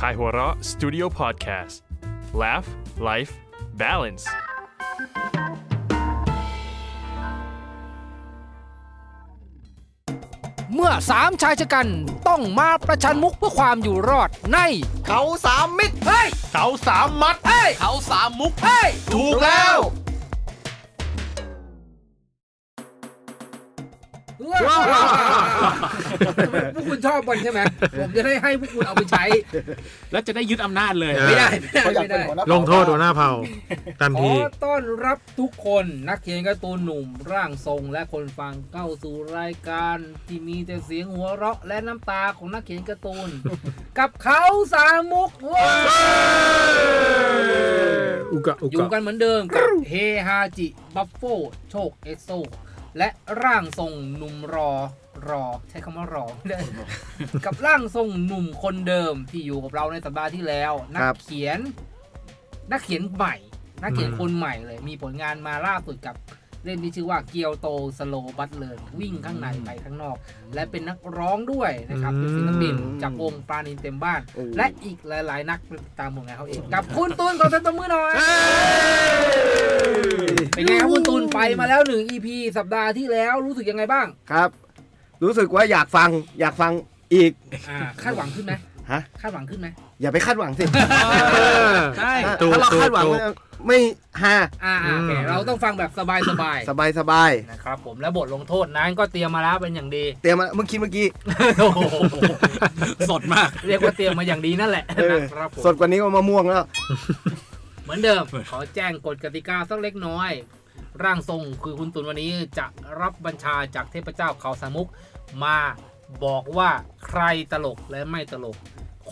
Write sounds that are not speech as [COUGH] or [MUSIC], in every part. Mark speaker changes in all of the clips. Speaker 1: Kaihura Studio Podcast Laugh Life Balance
Speaker 2: เมื่อสามชายชะกันต้องมาประชันมุกเพื่อความอยู่รอดใน
Speaker 3: เขาสามมิตร
Speaker 2: เฮ้ย
Speaker 1: เสาสามมัด
Speaker 2: เฮ้ย เขาสามมุก เฮ้ย
Speaker 3: ถูกแล้ว
Speaker 2: [LAUGHS] พวกคุณชอบมันใช่ไหม ผมจะได้ให้พวกคุณเอาไปใช้
Speaker 4: แล้วจะได้ยึดอำนาจเลย
Speaker 2: ไม่ได้ไม่ได้ไม่ได้
Speaker 5: ลงโทษหัวหน้าเผ่าทัน
Speaker 2: ขอ
Speaker 5: ที
Speaker 2: ต้อนรับทุกคนนักเขียนการ์ตูนหนุ่มร่างทรงและคนฟังเข้าสู่รายการที่มีแต่เสียงหัวเราะและน้ำตาของนักเขียนการ์ตูน [LAUGHS] กับเขาสามมุกเว้ย
Speaker 5: อุกะอุ
Speaker 2: อยู่
Speaker 5: กะ
Speaker 2: กันเหมือนเดิมกับเฮฮาจิ บัฟโฟโชคเอสโซ และร่างทรงหนุ่มรอรอ ใช้คำว่ารอ [LAUGHS] กับร่างทรงหนุ่มคนเดิมที่อยู่กับเราในสัปดาห์ที่แล้ว นั
Speaker 3: ค
Speaker 2: ก
Speaker 3: รับ
Speaker 2: เขียน นักเขียนใหม่ นักเขียนคนใหม่เลย มีผลงานมาล่าสุดกับเล่นที่ชื่อว่าเกียวโตสโลบัตเลอร์วิ่งข้างในไปข้างนอก และเป็นนักร้องด้วยนะครับ เป็นศิลปินจากวงปราณินเต็มบ้าน และอีกหลาย ๆ นักตามผลงานเขาเอง กับคุณตูนขอเซ็นตบมือหน่อย เป็นไงครับคุณตูนไปมาแล้วหนึ่ง EP สัปดาห์ที่แล้วรู้สึกยังไงบ้าง
Speaker 3: ครับ รู้สึกว่าอยากฟังอยากฟังอีก
Speaker 2: อ่าคาดหวังขึ้นไหม
Speaker 3: ฮะ
Speaker 2: คาดหวังขึ้นไหม
Speaker 3: อย่าไปคาดหวังสิ
Speaker 4: ใช่
Speaker 3: ถ้า
Speaker 5: ถูก
Speaker 3: ถ้าเรา
Speaker 5: ถูก
Speaker 3: คาดหวัง
Speaker 5: ถูก
Speaker 3: มันไม่ฮา
Speaker 2: อ่าอ่าโอเค
Speaker 5: อืม
Speaker 2: เราต้องฟังแบบสบายสบายๆ
Speaker 3: สบายสบาย
Speaker 2: นะครับผมและบทลงโทษนั้นก็เตรียมมาแล้วเป็นอย่างดี [LAUGHS]
Speaker 3: เตรียมมาเมื่อกี้เมื่อกี้
Speaker 2: โอ้โห
Speaker 4: สดมาก
Speaker 2: เรียกว่าเตรียมมาอย่างดีนั่นแหละ
Speaker 3: เออ
Speaker 2: นะครับผม
Speaker 3: สดกว่านี้ก็มะม่วงแล้ว
Speaker 2: เหมือนเดิม ขอแจ้งกฎกติกาสักเล็กน้อย ร่างทรงคือคุณตุลวันนี้จะรับบัญชาจากเทพเจ้าเขาสามุก มาบอกว่าใครตลกและไม่ตลก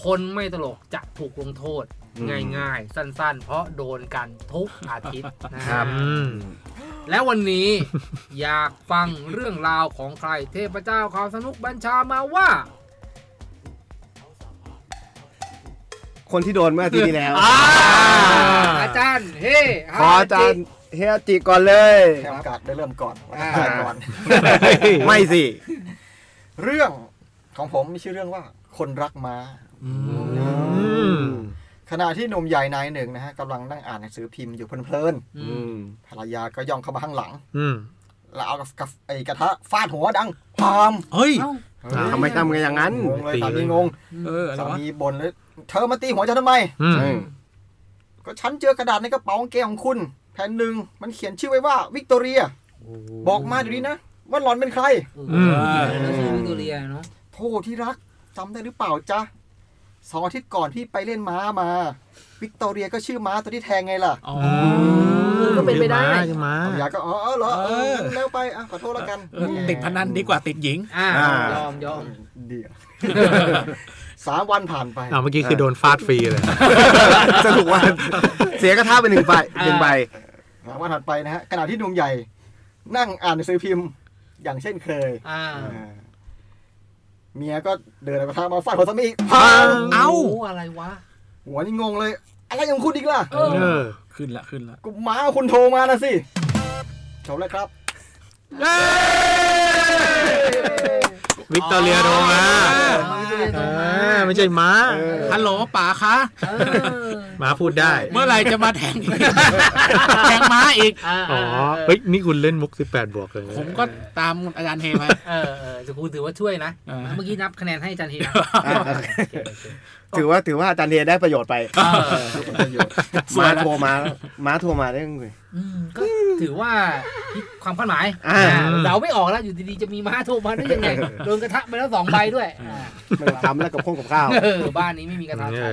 Speaker 2: คนไม่ตลกจะถูกลงโทษ
Speaker 3: อืม
Speaker 2: ง่ายๆ สั้นๆ เพราะโดนกันทุกอาทิต
Speaker 3: [LAUGHS]
Speaker 2: ย์นะฮะ
Speaker 5: อืม
Speaker 2: และวันนี้ อยากฟังเรื่องราวของใครเทพเจ้าเขาสามุกบัญชามาว่า
Speaker 3: คนที่โดนเมื่ออาทิตย์ที่แล้ว
Speaker 2: อาจารย์เฮ้
Speaker 3: ขออาจารย์เฮียจิก่อนเลย
Speaker 6: แคมการ์ดได้เริ่มก่อน
Speaker 2: อ่า
Speaker 6: ได้ก่อน
Speaker 3: ไม่สิ
Speaker 6: เรื่องของผมมีชื่อเรื่องว่า คนรักม้า
Speaker 5: อืม
Speaker 6: ขณะที่หนุ่มใหญ่นายหนึ่งนะฮะกำลังนั่งอ่านหนังสือพิมพ์อยู่เพลิน
Speaker 2: อื
Speaker 3: อื
Speaker 2: ม
Speaker 3: ม
Speaker 6: ๆภรรยาก็ย่องเข้ามาข้างหลัง
Speaker 5: อืม
Speaker 6: แล้วเอากับกับไอ้กระทะฟาดหัวดังพาม
Speaker 4: เฮ้ย
Speaker 3: ทำไมทำกันอย่างนั้น
Speaker 6: งงเลยสามีงง
Speaker 4: เอออะ
Speaker 6: สาว
Speaker 4: ไระ
Speaker 6: มีบ่นเลย เธอมาตีหัวฉันทำไม
Speaker 5: อืม
Speaker 6: ก็ฉันเจอกระดาษในกระเป๋ากางเกงของคุณ แผ่นหนึ่งมันเขียนชื่อไว้ว่าวิกตอเรีย บอกมาเดี๋ยวนี้นะ ว่าหล่อนเป็นใคร
Speaker 2: อืมแล้วชื่อวิกตอเรียเนาะ
Speaker 6: โทษที่รักจำได้หรือเปล่าจ๊ะสองอาทิตย์ก่อนพี่ไปเล่นม้ามา วิกตอเรียก็ชื่อม้าตัวที่แทงไงล่ะ
Speaker 4: อ๋อ
Speaker 2: ก็เป็นไปได้
Speaker 5: ใช่ไหม
Speaker 6: ภรรยาก็อ๋อเออเหรอเออ
Speaker 4: เออ
Speaker 6: งั้นแล้วไปอ่ะขอโทษแล้วกัน
Speaker 4: เออติดพนันดีกว่าติดหญิง
Speaker 2: อ่า
Speaker 3: อ่า
Speaker 2: ยอมยอม
Speaker 6: เดี๋ยว [LAUGHS] สามวันผ่านไป
Speaker 5: อ้าวเมื่อกี้คือโดนฟาดฟรีเลย
Speaker 3: สนุกว่า [LAUGHS] เสียกระทะไปหนึ่งใบหนึ่งใบ
Speaker 6: สามวันผ่านไปนะฮะขณะที่หนุ่มใหญ่ นั่งอ่านหนังสือพิมพ์ อย่างเช่นเคย
Speaker 2: อ่า
Speaker 6: อ่าเมียก็เดินเอากระทะมาฟาดหัวสามีอีก
Speaker 5: อ้าว
Speaker 4: เอ้า
Speaker 2: โโหอะไรวะ
Speaker 6: หัวนี่งงเลย อะไรของคุณอีกล่ะ
Speaker 2: เออ
Speaker 5: เออ
Speaker 4: ขึ้นละขึ้นละ
Speaker 6: กูม้าคุณโทรมานะสิจบแล้วครับ
Speaker 5: วิกตอเรียโดมา
Speaker 2: วิกตอเรียโทร
Speaker 5: อ่า
Speaker 2: มา
Speaker 5: ไม่ใช่ม้า
Speaker 6: เออ
Speaker 4: ฮัลโหลป๋าคะ
Speaker 2: เออ
Speaker 5: ม้าพูดได้
Speaker 4: เมื่อไหร่จะมาแทงอีก [LAUGHS] แทงม้าอีก
Speaker 2: อ่า
Speaker 5: อ๋อ เฮ้ย นี่คุณเล่นมุก 18 บวกเลยนะ
Speaker 4: ผมก็ตามอาจารย์เฮมา
Speaker 2: เออเออจะคุณถือว่าช่วยนะ
Speaker 4: เออ
Speaker 2: เมื่อกี้นับคะแนนให้อาจารย์ทีนะ
Speaker 3: อ่ะโอเคถือว่าถือว่าอาจารย์เดียได้ประโยชน์ไป
Speaker 4: ส
Speaker 3: [LAUGHS]
Speaker 4: ว
Speaker 3: ม้าย
Speaker 4: ละ
Speaker 3: โทรมาม้าโทรมาได้ยังไง
Speaker 2: อืมก็ถือว่าพลิกความคาดหมาย
Speaker 3: อ่า
Speaker 2: เดาไม่ออกแล้วอยู่ดีๆจะมีม้าโทรมาได้ยังไงโดนกระทะไปแล้วสองใบด้วยอ่า
Speaker 3: มันทำแล้วกับข้องกับข้าว
Speaker 2: เออบ้านนี้ไม่มีกระทะ
Speaker 5: เอ
Speaker 2: ใช้
Speaker 5: อ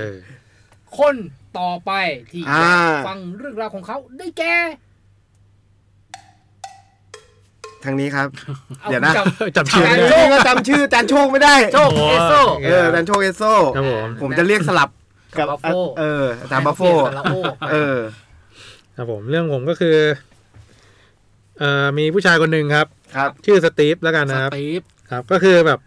Speaker 2: คนต่อไปที่
Speaker 3: อ่า
Speaker 2: ฟังเรื่องราวของเขาได้แก่
Speaker 3: [LAUGHS] ทางนี้ครับ
Speaker 2: อา
Speaker 3: เดี๋ยวนะ
Speaker 2: คุณจำ
Speaker 5: จำชื่อไม่
Speaker 3: จานโชคก็
Speaker 5: ได้
Speaker 3: จำชื่อจานโชคไม่ได้
Speaker 2: โชคเอโซ
Speaker 3: เออจานโชคเอโซ
Speaker 5: ครับผม
Speaker 3: ผมจะเรียกสลับกับ
Speaker 2: บัฟโฟ
Speaker 3: เอออาจารย์บัฟโฟ
Speaker 2: แต่ละโอ้
Speaker 3: เออ
Speaker 5: ครับผม เรื่องผมก็คือเอ่อมีผู้ชายคนหนึ่งครับ
Speaker 3: ครับ
Speaker 5: ชื่อสตีฟแล้วกัน
Speaker 4: ส
Speaker 5: นะครับ
Speaker 4: ตีฟ
Speaker 5: ครับ ก็คือแบบ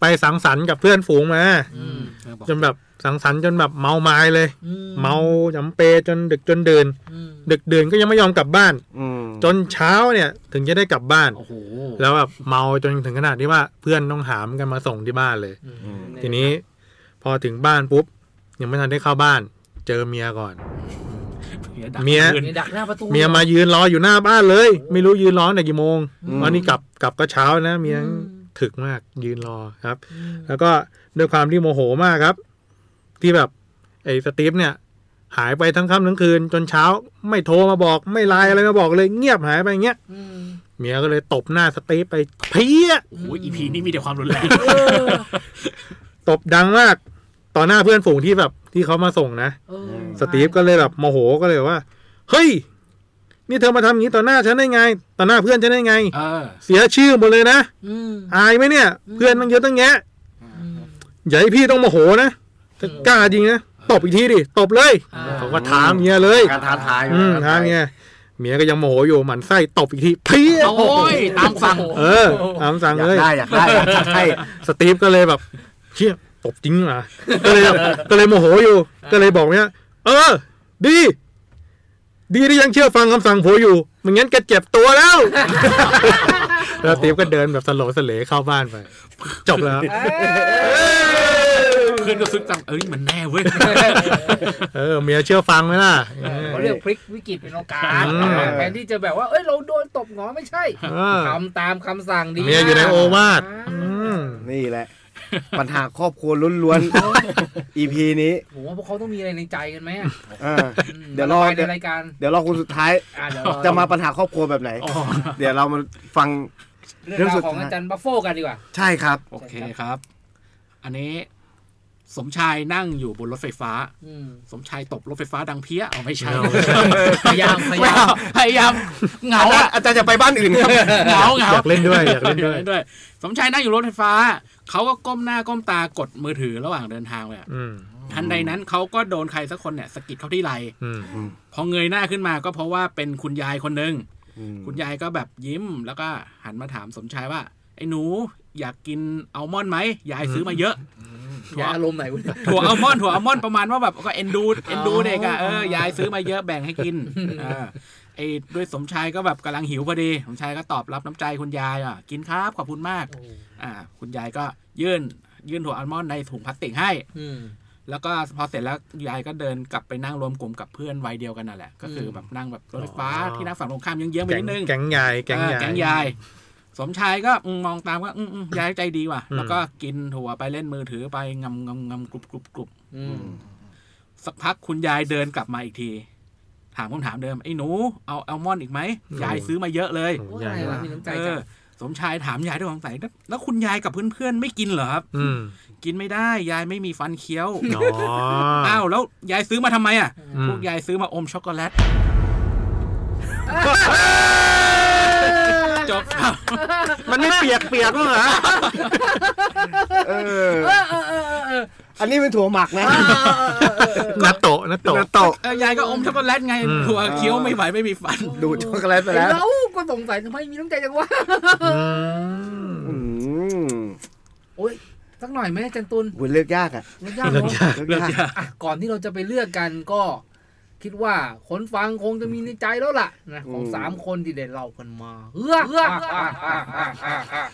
Speaker 5: ไปสังสรรค์กับเพื่อนฝูงมา
Speaker 2: อืม
Speaker 4: เออบอก
Speaker 5: จนแบบสังสรรค์จนแบบเมาไม้เลย
Speaker 2: อื
Speaker 5: เมาจำเปจนดึกจนดื่น
Speaker 2: อืม
Speaker 5: ดึกดื่นก็ยังไม่ยอมกลับบ้าน
Speaker 3: อืม
Speaker 5: จนเช้าเนี่ยถึงจะได้กลับบ้าน
Speaker 4: โอ้โห
Speaker 5: แล้วแบบเมาจนถึงขนาดที่ว่าเพื่อนต้องหามกันมาส่งที่บ้านเลย
Speaker 2: อืม
Speaker 5: ทีนี้พอถึงบ้านปุ๊บ ยังไม่ทันได้เข้าบ้าน เจอเมียก่อน
Speaker 4: ดัก
Speaker 5: เมีย
Speaker 4: ปืน
Speaker 2: เนี่ยดักหน้าประตู
Speaker 5: เมียมายืนรออยู่หน้าบ้านเลย ไม่รู้ยืนรอตั้งแต่กี่โมงวันนี้กลับกลับก็เช้านะเมียถึกมากยืนรอครับ แล้วก็ด้วยความที่โมโหมากครับ ที่แบบ ไอ้สตีฟเนี่ย หายไปทั้งค่ำทั้งคืน จนเช้า ไม่โทรมาบอก ไม่ไลน์อะไรมาบอกเลยเงียบหายไปอย่างเงี้ย
Speaker 2: อืม
Speaker 5: เมียก็เลยตบหน้าสตีฟไปเพี้ย
Speaker 4: โอ้ยอีพีนี้มีแต่ความรุนแรง
Speaker 2: เออ
Speaker 5: ตบดังมาก ต่อหน้าเพื่อนฝูงที่แบบ ที่เขามาส่งนะ
Speaker 2: เออ
Speaker 5: สตีฟก็เลยแบบโมโหก็เลยว่า เฮ้ย นี่เธอมาทำอย่างนี้ต่อหน้าฉันได้ไง ต่อหน้าเพื่อนฉันได้ไง
Speaker 4: เออ
Speaker 5: เสียชื่อหมดเลยนะ
Speaker 2: อืม
Speaker 5: อายไหมเนี่ย
Speaker 2: อืม
Speaker 5: เพื่อนมันเยอะตั้งแยะอย่าให้พี่ต้องโมโหนะถ้ากล้าจริงนะตบอีกทีดิตบเลย
Speaker 2: อ่า
Speaker 5: เขาก็ถามเมียเลย
Speaker 3: การท้าทาย
Speaker 5: อืมถามเมียเมียก็ยังโมโหอยู่หมันไส้ตบอีกทีเพี้ย
Speaker 4: โอ้ย ตามสั่ง
Speaker 5: เออตามสั่ง
Speaker 3: อยา
Speaker 5: เล
Speaker 3: ก
Speaker 5: ย
Speaker 3: ได้อยากได้อยากได้
Speaker 5: สตีฟก็เลยแบบเชี่ยตบจริงเหรอก็เลยแบบก็เลยโมโหอยู่ ก็เลยบอกเนี่ยเออ ดี ดีที่ยังเชื่อฟังคำสั่งผัวอยู่ไม่งั้นแกเจ็บตัวแล้ว แล้วสตีฟก็เดินแบบสโลสเลเข้าบ้านไป จบแล้ว
Speaker 4: เพื่อนก็ซึ้งจัง เอ้ย มันแน่เว้ย
Speaker 5: เออเมียเชื่อฟังไหมล่ะเออ
Speaker 2: เขาเรียกพลิกวิกฤตเป็นโอกาส
Speaker 5: อืม
Speaker 2: แทนที่จะแบบว่าเอ้ยเราโดนตบหงอไม่ใช่
Speaker 5: เออ
Speaker 2: ทำตามคำสั่งดี
Speaker 5: เมียอยู่ในโอวาทอืม
Speaker 3: นี่แหละ ปัญหาครอบครัวล้วนๆ EP นี้
Speaker 2: ผมว่าพวกเขาต้องมีอะไรในใจกันไหมอะ
Speaker 3: อ่า
Speaker 2: ม
Speaker 3: เดี๋ยวรอ
Speaker 2: มาะบาในรายการ
Speaker 3: เดี๋ยวเราคนสุดท้าย
Speaker 2: อ่เดี๋ยวรอ
Speaker 3: จะมาปัญหาครอบครัวแบบไหน
Speaker 4: อ๋อ
Speaker 3: เดี๋ยวเรามาฟัง
Speaker 2: เรื่อง
Speaker 3: เรื่อง
Speaker 2: รา
Speaker 3: สุ
Speaker 2: ว
Speaker 3: ด
Speaker 2: ของ
Speaker 3: ท้าย
Speaker 2: อาจารย์บัฟโฟกันดีกว่า
Speaker 3: ใช่ครับ
Speaker 4: โอเคครับ อันนี้ สมชายนั่งอยู่บนรถไฟฟ้า
Speaker 2: อืม
Speaker 4: สมชายตบรถไฟฟ้าดังเพี้ย เอาไม่ใช่
Speaker 2: พยายามพยายาม
Speaker 4: ไเอพยายามเหงาอะ
Speaker 3: อาจารย์จะไปบ้านอื่นครับ
Speaker 4: เหงาเหงา
Speaker 5: อยากเล่น [LAUGHS] ด้วย อยากเล่นด้วย
Speaker 4: ด้วย สมชายนั่งอยู่รถไฟฟ้า เขาก็ก้มหน้าก้มตากดมือถือระหว่างเดินทางเลยอะ
Speaker 5: อืม
Speaker 4: ทันใดนั้นเขาก็โดนใครสักคนเนี่ยสะกิดเข้าที่ไหล
Speaker 5: อืม
Speaker 4: พอเงยหน้าขึ้นมาก็เพราะว่าเป็นคุณยายคนหนึ่ง คุณยายก็แบบยิ้มแล้วก็หันมาถามสมชายว่า ไอ้หนูอยากกินอัลมอนด์ไหมยายซื้อมาเยอะ
Speaker 2: อย่าอารมณ์ไหนวะ
Speaker 4: ถั่วอัลมอนด์ถั่วอัลมอนด์ประมาณว่าแบบก็เอ็นดูเอ็นดูเด็กอะเออ
Speaker 2: อ๋อ
Speaker 4: ยายซื้อมาเยอะแบ่งให้กินเออไอ้ด้วยสมชายก็แบบกำลังหิวพอดีสมชายก็ตอบรับน้ำใจคุณยายอ่ะกินครับขอบคุณมาก อ่า คุณยายก็ยื่นยื่นถั่วอัลมอนด์ในถุงพลาสติกให้
Speaker 2: อืม
Speaker 4: แล้วก็พอเสร็จแล้วยายก็เดินกลับไปนั่งรวมกลุ่มกับเพื่อนวัยเดียวกันนั่นแหละ ก็คือแบบนั่งแบบรถไฟฟ้าที่นั่งฝั่งตรงข้ามเยื้องๆไป
Speaker 5: แก๊ง
Speaker 4: นิดนึง
Speaker 5: แก๊งยายแก๊
Speaker 4: เออย
Speaker 5: งาย
Speaker 4: แก๊งยาย สมชายก็อืมมองตามก็อืมอืมยายใจดีว่ะ
Speaker 5: อืม
Speaker 4: แล้วก็กินถั่วไปเล่นมือถือไปงำงำงำกรุบกรุบกรุบ
Speaker 2: อืม
Speaker 4: สักพักคุณยายเดินกลับมาอีกที ถามคำถามเดิม ไอ้หนูเอาแอลมอนด์อีกไหม ยายซื้อมาเยอะเลย
Speaker 5: โอ้
Speaker 2: โอ้ย
Speaker 5: ยาย
Speaker 2: อะไรวะ
Speaker 5: ว่ะ
Speaker 2: มีน้ำใจ
Speaker 4: เอ
Speaker 2: จั
Speaker 4: อง สมชายถามยายด้วยความสงสัยแล้วแล้วคุณยายกับเพื่อนๆไม่กินเหรอครับ
Speaker 5: อืม
Speaker 4: กินไม่ได้ ยายไม่มีฟันเคี้ยว
Speaker 5: อ๋อ
Speaker 4: อ้าวแล้วยายซื้อมาทำไมอ่ะ
Speaker 5: อืม
Speaker 4: พวกยายซื้อมาอมช็อกโกแลต จบครับ
Speaker 5: มันไม่เปียกเปียกๆบ้างเหรอ
Speaker 3: เออ อันนี้เป็นถั่วหมักนะ
Speaker 5: นาโตะนาโตะ
Speaker 3: นาโตะ
Speaker 4: เออยายก็อมช็อกโกแลตไง
Speaker 5: อืม
Speaker 4: ถั่วเคี้ยวไม่ไหวไม่มีฟัน
Speaker 3: ดูดช็อกโกแลตไปแล้ว
Speaker 2: เราก็สงสัยทำไมมีน้ำใจจังวะ
Speaker 5: อื
Speaker 3: อื
Speaker 5: ม
Speaker 3: ม
Speaker 2: โอ้ยสักหน่อยไหมอาจันตุล
Speaker 3: โหเลือกยากอ่ะ
Speaker 2: มันยาก
Speaker 5: เรื่อง
Speaker 2: เนาะ
Speaker 5: ยาก
Speaker 3: เลือกยาก
Speaker 2: อ่ะก่อนที่เราจะไปเลือกกันก็คิดว่าคนฟังคงจะมีในใจแล้วล่ะนะของสามคนที่ได้เล่ากันมาเออเอื้ออ่ะอ่ะอ่ะอ่ะอ่ะ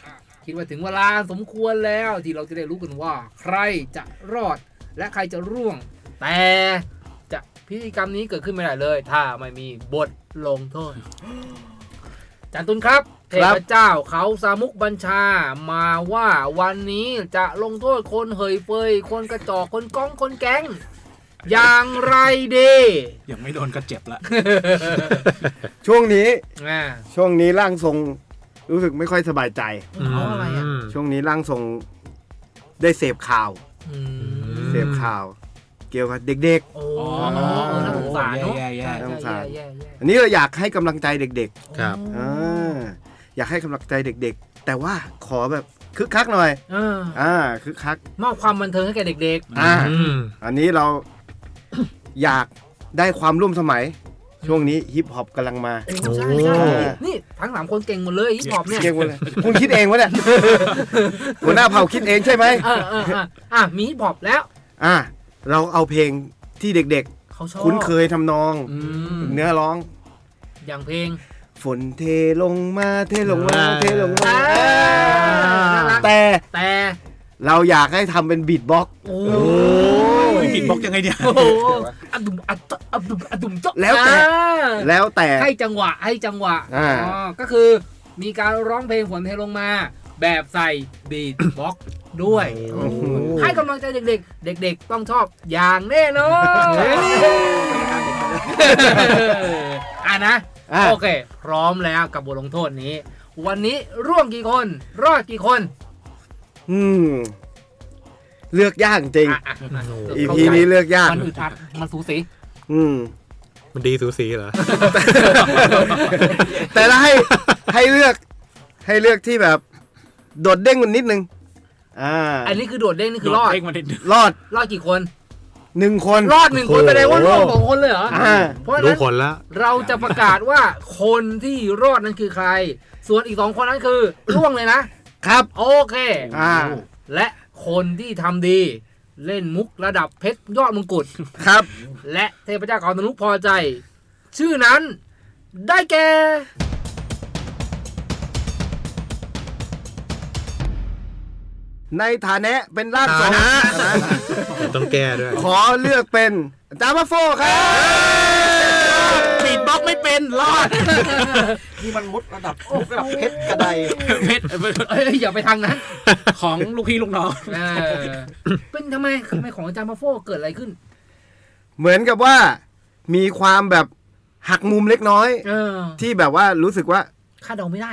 Speaker 2: คิดว่าถึงเวลาสมควรแล้วที่เราจะได้รู้กันว่า ใครจะรอดและใครจะร่วง แต่จะพิธีกรรมนี้เกิดขึ้นไม่ได้เลย ถ้าไม่มีบทลงโทษจันตุนครับเทพเจ้าเขาสามุกบัญชามาว่าวันนี้จะลงโทษคนเหยเฟยคนกระจอกคนก้องคนแก๊ง อย่างไรดี
Speaker 4: ยังไม่โดนก็เจ็บละ
Speaker 3: ช่วงนี้
Speaker 2: อ่า
Speaker 3: ช่วงนี้ร่างทรงรู้สึกไม่ค่อยสบายใจ
Speaker 2: เขาอะไรอ่ะ
Speaker 3: ช่วงนี้ร่างทรงได้เสพข่าว
Speaker 2: อื
Speaker 5: อื
Speaker 2: ม
Speaker 5: ม
Speaker 3: เสพข่าว เกี่ยวกับเด็ก
Speaker 2: โอ้เออน่าสงสารเนาะ
Speaker 4: แย่ๆๆ
Speaker 2: ใช่
Speaker 3: น่าสง
Speaker 2: ๆ
Speaker 3: สาร
Speaker 2: แย่ๆ
Speaker 3: ๆ อันนี้เราอยากให้กำลังใจเด็ก
Speaker 2: ๆ
Speaker 5: ครับ
Speaker 3: ๆอ่าอยากให้กำลังใจเด็กๆ แต่ว่าขอแบบคึกคักหน่อย
Speaker 2: เออ
Speaker 3: อ่าคึกคัก
Speaker 2: มอบความบันเทิงให้แก่เด็ก
Speaker 3: อ่า
Speaker 5: อืม
Speaker 3: อันนี้เรา อยากได้ความร่วมสมัย ช่วงนี้ฮิปฮอปกำลังมา
Speaker 2: ๆเออใช่ใช่นี่ทั้งสามคนเก่งหมดเลยฮิปฮอปเนี่ย
Speaker 3: เก่งหมดเลยคุณคิดเองวะเนี่ย หัวหน้าเผ่าคิดเองใช่ไหม
Speaker 2: เออเออเอออ่ะมีฮิปฮอปแล้ว
Speaker 3: อ่า เราเอาเพลงที่เด็ก
Speaker 2: เขาชอบ
Speaker 3: ๆ คุ้นเคยทำนอง
Speaker 4: อืม
Speaker 3: เนื้อร้อง
Speaker 2: อย่างเพลง
Speaker 3: ฝนเทลงมาเทลงมาเทลงมา
Speaker 2: อ่าน่ารัก
Speaker 3: แต่
Speaker 2: แต่
Speaker 3: เราอยากให้ทำเป็นบีทบ็อกซ์
Speaker 2: โอ้
Speaker 5: โอ้
Speaker 2: ย
Speaker 4: ยผิดบล็อกยังไงเนี่ย
Speaker 2: โอ้โหอะดุมอะตะอะดุมอะดุมจ๊ะ
Speaker 3: แล้วแต่
Speaker 2: อ่า
Speaker 3: แล้วแต่
Speaker 2: ให้จังหวะให้จังหวะ
Speaker 3: อ่า
Speaker 2: อก็คือมีการร้องเพลงฝนเทลงมา แบบใส่บีทบ็อกด้วย ให้กำลังใจเด็กๆ เด็กๆ ต้องชอบอย่างแน่นอนอ่ะนะ
Speaker 3: อ่ะ
Speaker 2: โอเค พร้อมแล้วกับบทลงโทษนี้ วันนี้ร่วงกี่คน รอดกี่คน
Speaker 3: อืมเลือกยากจริง
Speaker 2: อ่ะอ่ะอ่ะ
Speaker 3: อีพีนี้เลือกยาก
Speaker 2: มันอึดอัดมันสูสี
Speaker 3: อืม
Speaker 5: มันดีสูสีเหรอ
Speaker 3: แต่ละ
Speaker 2: [LAUGHS]
Speaker 3: ให้ให้เลือก ให้เลือกที่แบบ โดดเด้งมันนิดนึง อ่า
Speaker 2: อันนี้คือโดดเด้งนี่คือรอด
Speaker 4: เด้งมาเด็ด
Speaker 3: รอด
Speaker 2: รอดกี่คน
Speaker 3: หนึ่งคน
Speaker 2: รอดหนึ่งคน
Speaker 5: โอ้โห
Speaker 2: แสดงว่ารอดสองคนเลยเหรอ
Speaker 3: อ่า
Speaker 2: เพราะฉะ
Speaker 5: รู้
Speaker 2: นั้น
Speaker 5: ผลแล้ว
Speaker 2: เราจะประกาศว่าคนที่รอดนั้นคือใคร ส่วนอีกสองคนนั้นคือ ล่วงเลยนะ
Speaker 3: ครับ
Speaker 2: โอเค
Speaker 3: อ่า
Speaker 2: และคนที่ทำดี เล่นมุกระดับเพชรยอดมงกุฎ [LAUGHS]
Speaker 3: ครับ
Speaker 2: และเทพเจ้าเขาธนุพอใจ ชื่อนั้นได้แก่ [LAUGHS]
Speaker 3: ในฐานะเป็นราชสอง
Speaker 5: ต้องแก้ด้วย
Speaker 3: ขอเลือกเป็นจามาโฟครับ
Speaker 4: ผิดบล็อกไม่เป็นรอด
Speaker 6: นี่มันมุดระดับระดับเพชรกระได
Speaker 4: เพชร
Speaker 2: เอ้ยอย่าไปทางนั้น
Speaker 4: [LAUGHS] ของลูกพี่ลูกน้อง
Speaker 2: เออเป็นทำไมทำไมของอาจารย์มาโฟเกิดอะไรขึ้น
Speaker 3: เหมือนกับว่ามีความแบบหักมุมเล็กน้อย
Speaker 2: เออ
Speaker 3: ที่แบบว่ารู้สึกว่า
Speaker 2: คาดเดาไม่ได้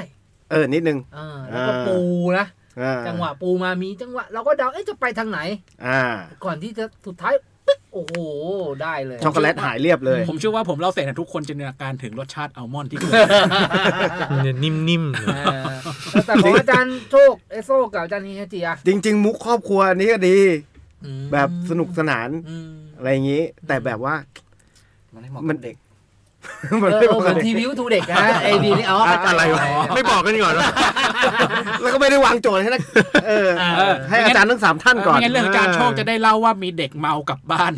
Speaker 3: เออนิดนึง
Speaker 2: เออแล้วก็
Speaker 3: อ่า
Speaker 2: ปูนะ
Speaker 3: อ่า
Speaker 2: จังหวะปูมามีจังหวะเราก็เดาเอ๊ะจะไปทางไหน
Speaker 3: อ่า
Speaker 2: ก่อนที่จะสุดท้ายปึ๊กโอ้โห ได้เลย
Speaker 3: ช็อกโกแลตหายเรียบเลย
Speaker 4: ผมเชื่อว่าผมเล่าเสร็จนะทุกคนจินตนาการถึงรสชาติอัลมอนด์ที่เกิด
Speaker 5: นิ่มๆเหรอ
Speaker 2: เออแต่ของอาจารย์โชคเอโซกับอาจารย์ฮิฮาจิอะ
Speaker 3: จริง ๆ มุกครอบครัวอันนี้ก็ดี แบบสนุกสนาน
Speaker 2: อืม
Speaker 3: อะไรอย่างนี้ แต่แบบว่า
Speaker 6: มันให้เหมาะกับเด็ก
Speaker 2: เอ
Speaker 3: มัน
Speaker 2: อ
Speaker 3: ไม่
Speaker 2: เอ
Speaker 3: ป
Speaker 2: อเห
Speaker 3: ก
Speaker 2: มือน
Speaker 3: ติ
Speaker 2: ทีวิวทูเด็กนะไอดีนี่เอา
Speaker 5: อะอะไรวะไม่บอกกันก่อนวะ
Speaker 3: แล้วก็ไม่ได้วางโจทย์ให้นักเออ
Speaker 2: เออ
Speaker 3: ให้อาจารย์ทั้งสามท่านก่อน
Speaker 4: ไม่งั้นเรื่องอาจารย์โชคจะได้เล่าว่ามีเด็กเมากลับบ้าน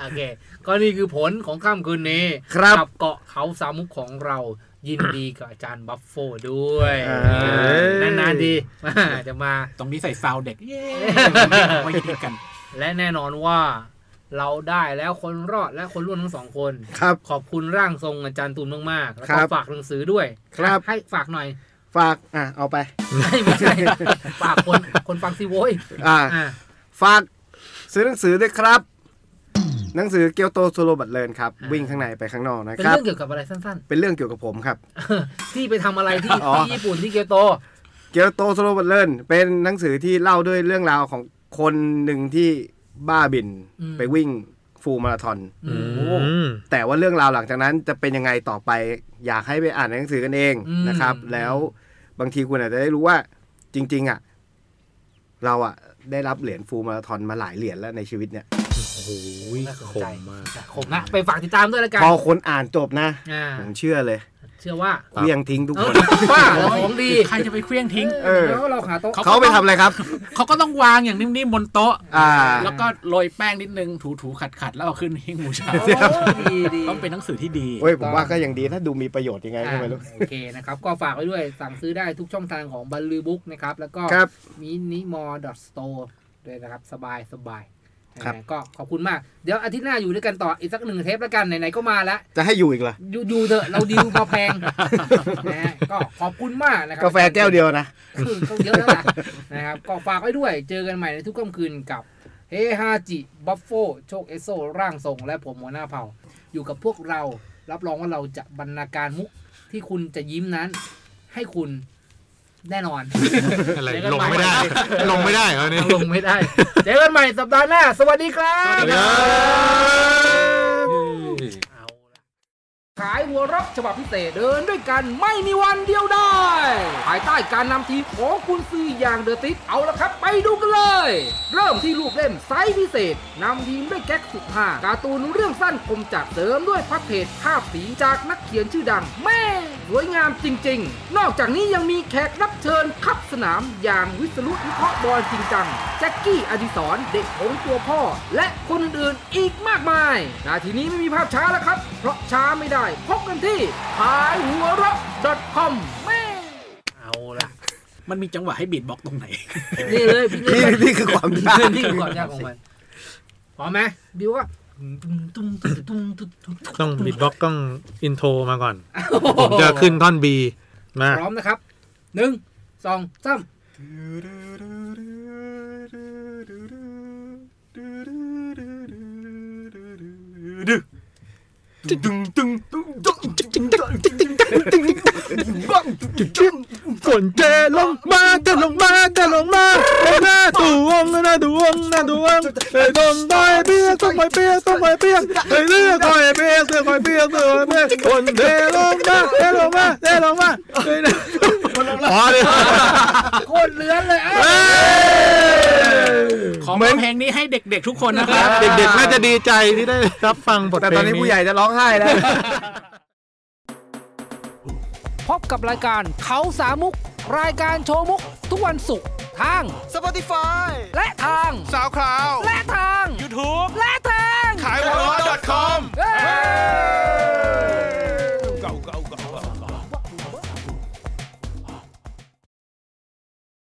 Speaker 2: โอเค ก็นี่คือผลของค่ำคืนนี้
Speaker 3: ครับ
Speaker 2: กัเกาะเขาสามมุกของเรายินดีกับอาจารย์บัฟโฟด้วย
Speaker 3: เออ
Speaker 2: เออนานๆดี [LAUGHS] จะมา
Speaker 4: ตรงนี้ใส่ซาวด์เด็ก เย้ไว้คิดกัน
Speaker 2: และแน่นอนว่าเราได้แล้วคนรอดและคนร่วมทั้งสองคน
Speaker 3: ครับ
Speaker 2: ขอบคุณร่างทรงอาจารย์ตูนมากๆ แล้ว
Speaker 3: ครั
Speaker 2: ก็
Speaker 3: บ
Speaker 2: ฝากหนังสือด้วย
Speaker 3: ครับ
Speaker 2: ให้ฝากหน่อย
Speaker 3: ฝาก อ่ะ เอาไป
Speaker 2: ไม่ใช่ฝากคนคนฟังซิโว้ย
Speaker 3: อ่า
Speaker 2: อ่ะ
Speaker 3: ฝากซื้อหนังสือด้วยครับ หนังสือเกียวโตโซโลบัตเลนครับ วิ่งข้างในไปข้างนอกนะ
Speaker 2: เป็น
Speaker 3: ครับ
Speaker 2: เรื่องเกี่ยวกับอะไรสั้น
Speaker 3: เป็นเรื่องเกี่ยวกับผมครับ
Speaker 2: ๆ ที่ไปทำอะไรที่
Speaker 3: อ๋อ
Speaker 2: ที่ญี่ปุ่นที่เกียวโต
Speaker 3: เกียวโตโซโลบัตเลนเป็นหนังสือที่เล่าด้วยเรื่องราวของคนหนึ่งที่บ้าบิน
Speaker 2: อืม
Speaker 3: ไปวิ่งฟูลมาราธอน
Speaker 2: อืม
Speaker 5: อืม
Speaker 3: แต่ว่าเรื่องราวหลังจากนั้นจะเป็นยังไงต่อไปอยากให้ไปอ่านในหนังสือกันเอง
Speaker 2: อืม
Speaker 3: นะครับ แล้วบางทีคุณอาจจะได้รู้ว่าจริง ๆ อ่ะ เราอ่ะ ได้รับเหรียญฟูลมาราธอนมาหลายเหรียญแล้วในชีวิตเนี่ย
Speaker 5: โอ้โหขมมาก
Speaker 2: ขมนะไปฝากติดตามด้วยแล้วกัน
Speaker 3: พอคนอ่านจบนะ
Speaker 2: อ่า
Speaker 3: ผมเชื่อเลย
Speaker 2: เชื่อว่า
Speaker 3: เลี่ยงทิ้งทุก
Speaker 2: เอ
Speaker 3: ค
Speaker 2: อน ว่าเราของดี
Speaker 4: ใครจะไปเคลี้ยงทิ้ง
Speaker 3: เออ
Speaker 2: แล้วเราหาโต๊ะ
Speaker 4: เขา
Speaker 3: เขาไปทำอะไรครับ
Speaker 4: เขาก็ต้องวางอย่างนิ่มๆบนโต๊ะ
Speaker 3: อ่า
Speaker 4: แล้วก็โรยแป้งนิดนึง ถูๆ ขัดๆ แล้วเอาขึ้นหิ้งบูชา
Speaker 2: โอ้ดีดี
Speaker 4: ต้องเป็นหนังสือที่ดี
Speaker 3: เว้ย ผมว่าก็ยังดีถ้าดูมีประโยชน์ยังไงก็ไม่รู้
Speaker 2: อ่าโอเคนะครับ ก็ฝากไว้ด้วยสั่งซื้อได้ทุกช่องทางของบัลลือบุ๊กนะครับ แล้วก็
Speaker 3: ครับ
Speaker 2: มินิมอลดอทสโตร์ด้วยนะครับสบายสบาย
Speaker 3: ครับ
Speaker 2: นะก็ขอบคุณมาก เดี๋ยวอาทิตย์หน้าอยู่ด้วยกันต่ออีกสักหนึ่งเทปแล้วกัน ไหนๆก็มาแล้ว
Speaker 3: จะให้อยู่อีกเหรอ
Speaker 2: อยู่อยู่เถอะเราดีลพอแพง [LAUGHS] นะฮะก็ขอบคุณมากนะครั
Speaker 3: กาแฟแก้วเดียวนะ
Speaker 2: ก็เยอะแล้วล่ะนะครับ ก็ฝากไว้ด้วยเจอกันใหม่ในทุกค่ำคืนกับเฮฮาจิบัฟโฟโชคเอโซร่างทรง และผมหัวหน้าเผ่า อยู่กับพวกเรารับรองว่าเราจะบรรณาการมุกที่คุณจะยิ้มนั้น ให้คุณแน่นอน
Speaker 5: อะไรลงไม่ได้ ลงไม่ได้เหรอเนี่ย
Speaker 2: ลงไม่ได้ เจอกันใหม่สัปดาห์หน้า สวัสดีครับ เอาละขายหัวเรักฉบับพิเศษเดินด้วยกันไม่มีวันเดียวได้ภายใต้การนำทีมของคุณซืออย่างเดอะติสเอาละครับ ไปดูกันเลย เริ่มที่ลูกเล่มไซส์พิเศษนำทีมด้วยแก๊กสุดฮาการ์ตูนเรื่องสั้นคมจัดเสริมด้วยพักเพจภาพสีจากนักเขียนชื่อดัง แม่สวยงามจริง ๆ นอกจากนี้ยังมีแขกรับเชิญขับสนามอย่างวิศรุวิเคราะห์บอลจริงจังแจ็คกี้อดิสรเด็กของตัวพ่อ และคนอื่นๆอีกมากมายนาทีนี้ไม่มีภาพช้าแล้วครับ เพราะช้าไม่ได้ พบกันที่ขายหัวเราะ .com แม่เอาละ
Speaker 4: มันมีจังหวะให้บีดบล็อกซ์ตรงไหน
Speaker 2: นี่เลยพี่
Speaker 3: นี่นี่คือความยาก
Speaker 2: นี่คือความยากของมัน พร้อมไหมบิวก็ตุ้มตุ้มตุ้มตุ้มตุ้ม
Speaker 5: ต้องบิดบ็อกซ์ต้องอินโทรมาก่อน ผมจะขึ้นท่อนบีมา
Speaker 2: พร้อมนะครับหนึ่งสองสาม
Speaker 5: ฝนเทลงมาเทลงมาเทลงมาหน้าดวงหน้าดวงหน้าดวงเฮ้ยต้นไม้เปียกต้นไม้เปียกต้นไม้เปียกเฮ้ยเลือกไม้เปียกเลือกไม้เปียกเลือกไม้เปียกฝนเทลงมาเทลงมาเทลงมาเฮ้ยนะพอเลย
Speaker 2: โคตรเลื้อนเลยอ่ะ
Speaker 5: เฮ้ย
Speaker 4: ของเหมือนเพลงนี้ให้เด็กๆทุกคนนะครับ
Speaker 5: เด็กๆ น่าจะดีใจที่ได้รับฟังบทเพล
Speaker 3: แต่ต
Speaker 5: งนี้
Speaker 3: อนนี้ผู้ใหญ่จะร้องไห้แล้ว
Speaker 2: พบกับรายการเขาสามมุก รายการโชว์มุก ทุกวันศุกร์ทาง
Speaker 6: Spotify
Speaker 2: และทาง